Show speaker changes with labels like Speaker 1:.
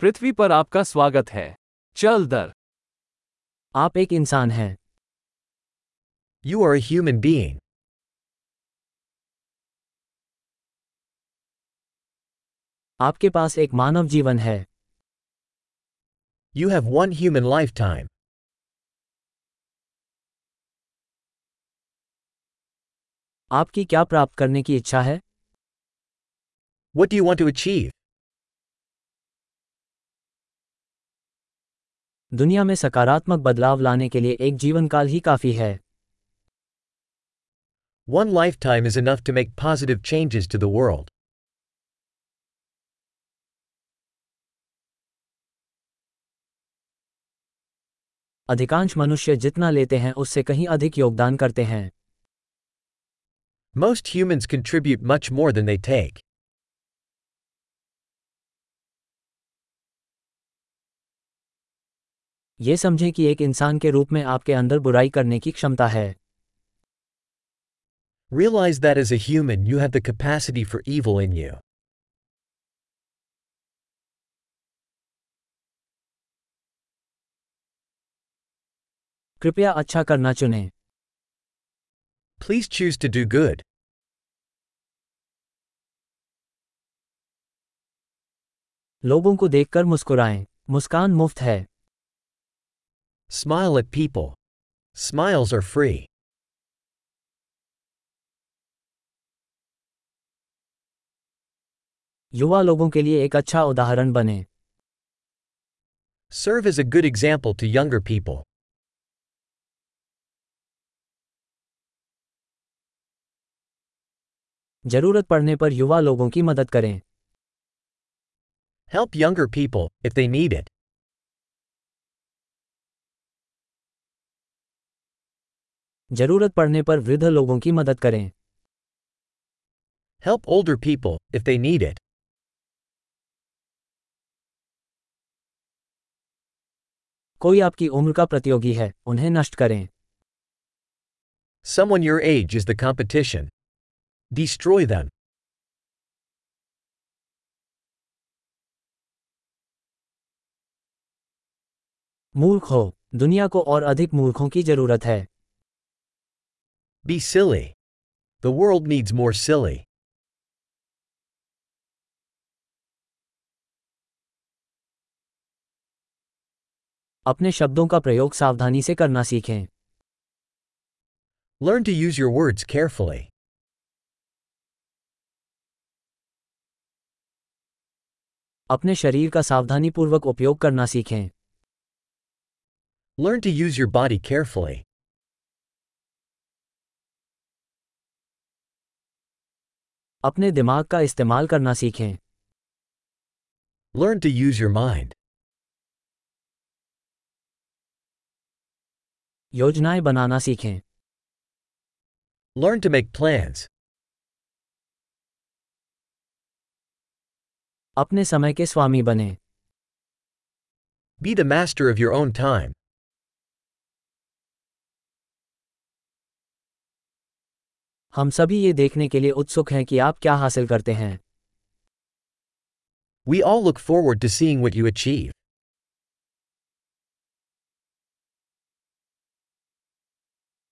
Speaker 1: पृथ्वी पर आपका स्वागत है चल दर
Speaker 2: आप एक इंसान हैं
Speaker 3: You are a human being.
Speaker 2: आपके पास एक मानव जीवन है
Speaker 3: You have one human lifetime.
Speaker 2: आपकी क्या प्राप्त करने की इच्छा है
Speaker 3: What do you want to achieve?
Speaker 2: दुनिया में सकारात्मक बदलाव लाने के लिए एक जीवनकाल ही काफी है
Speaker 3: One lifetime is enough to make positive changes to the world.
Speaker 2: अधिकांश मनुष्य जितना लेते हैं उससे कहीं अधिक योगदान करते हैं
Speaker 3: Most humans contribute much more than they take.
Speaker 2: ये समझें कि एक इंसान के रूप में आपके अंदर बुराई करने की क्षमता है
Speaker 3: Realize that as a human you have the capacity for evil in you.
Speaker 2: कृपया अच्छा करना चुनें
Speaker 3: Please choose to do good.
Speaker 2: लोगों को देखकर मुस्कुराएं मुस्कान मुफ्त है
Speaker 3: Smile at people. Smiles are free.
Speaker 2: युवा लोगों के लिए एक अच्छा उदाहरण बने
Speaker 3: Serve as a good example to younger people.
Speaker 2: जरूरत पड़ने पर युवा लोगों की मदद करें
Speaker 3: Help younger people if they need it.
Speaker 2: जरूरत पड़ने पर वृद्ध लोगों की मदद करें
Speaker 3: Help older people if they need it.
Speaker 2: कोई आपकी उम्र का प्रतियोगी है उन्हें नष्ट करें
Speaker 3: Someone your age is the competition. Destroy them.
Speaker 2: मूर्ख हो दुनिया को और अधिक मूर्खों की जरूरत है
Speaker 3: Be silly. The world needs more silly.
Speaker 2: अपने शब्दों का प्रयोग सावधानी से करना सीखें
Speaker 3: Learn to use your words carefully.
Speaker 2: अपने शरीर का सावधानीपूर्वक उपयोग करना सीखें
Speaker 3: Learn to use your body carefully.
Speaker 2: अपने दिमाग का इस्तेमाल करना सीखें
Speaker 3: Learn to use your mind.
Speaker 2: योजनाएं बनाना सीखें
Speaker 3: Learn to make plans.
Speaker 2: अपने समय के स्वामी बने
Speaker 3: Be the master of your own time.
Speaker 2: हम सभी ये देखने के लिए उत्सुक हैं कि आप क्या हासिल करते हैं
Speaker 3: We all look forward to seeing what you achieve.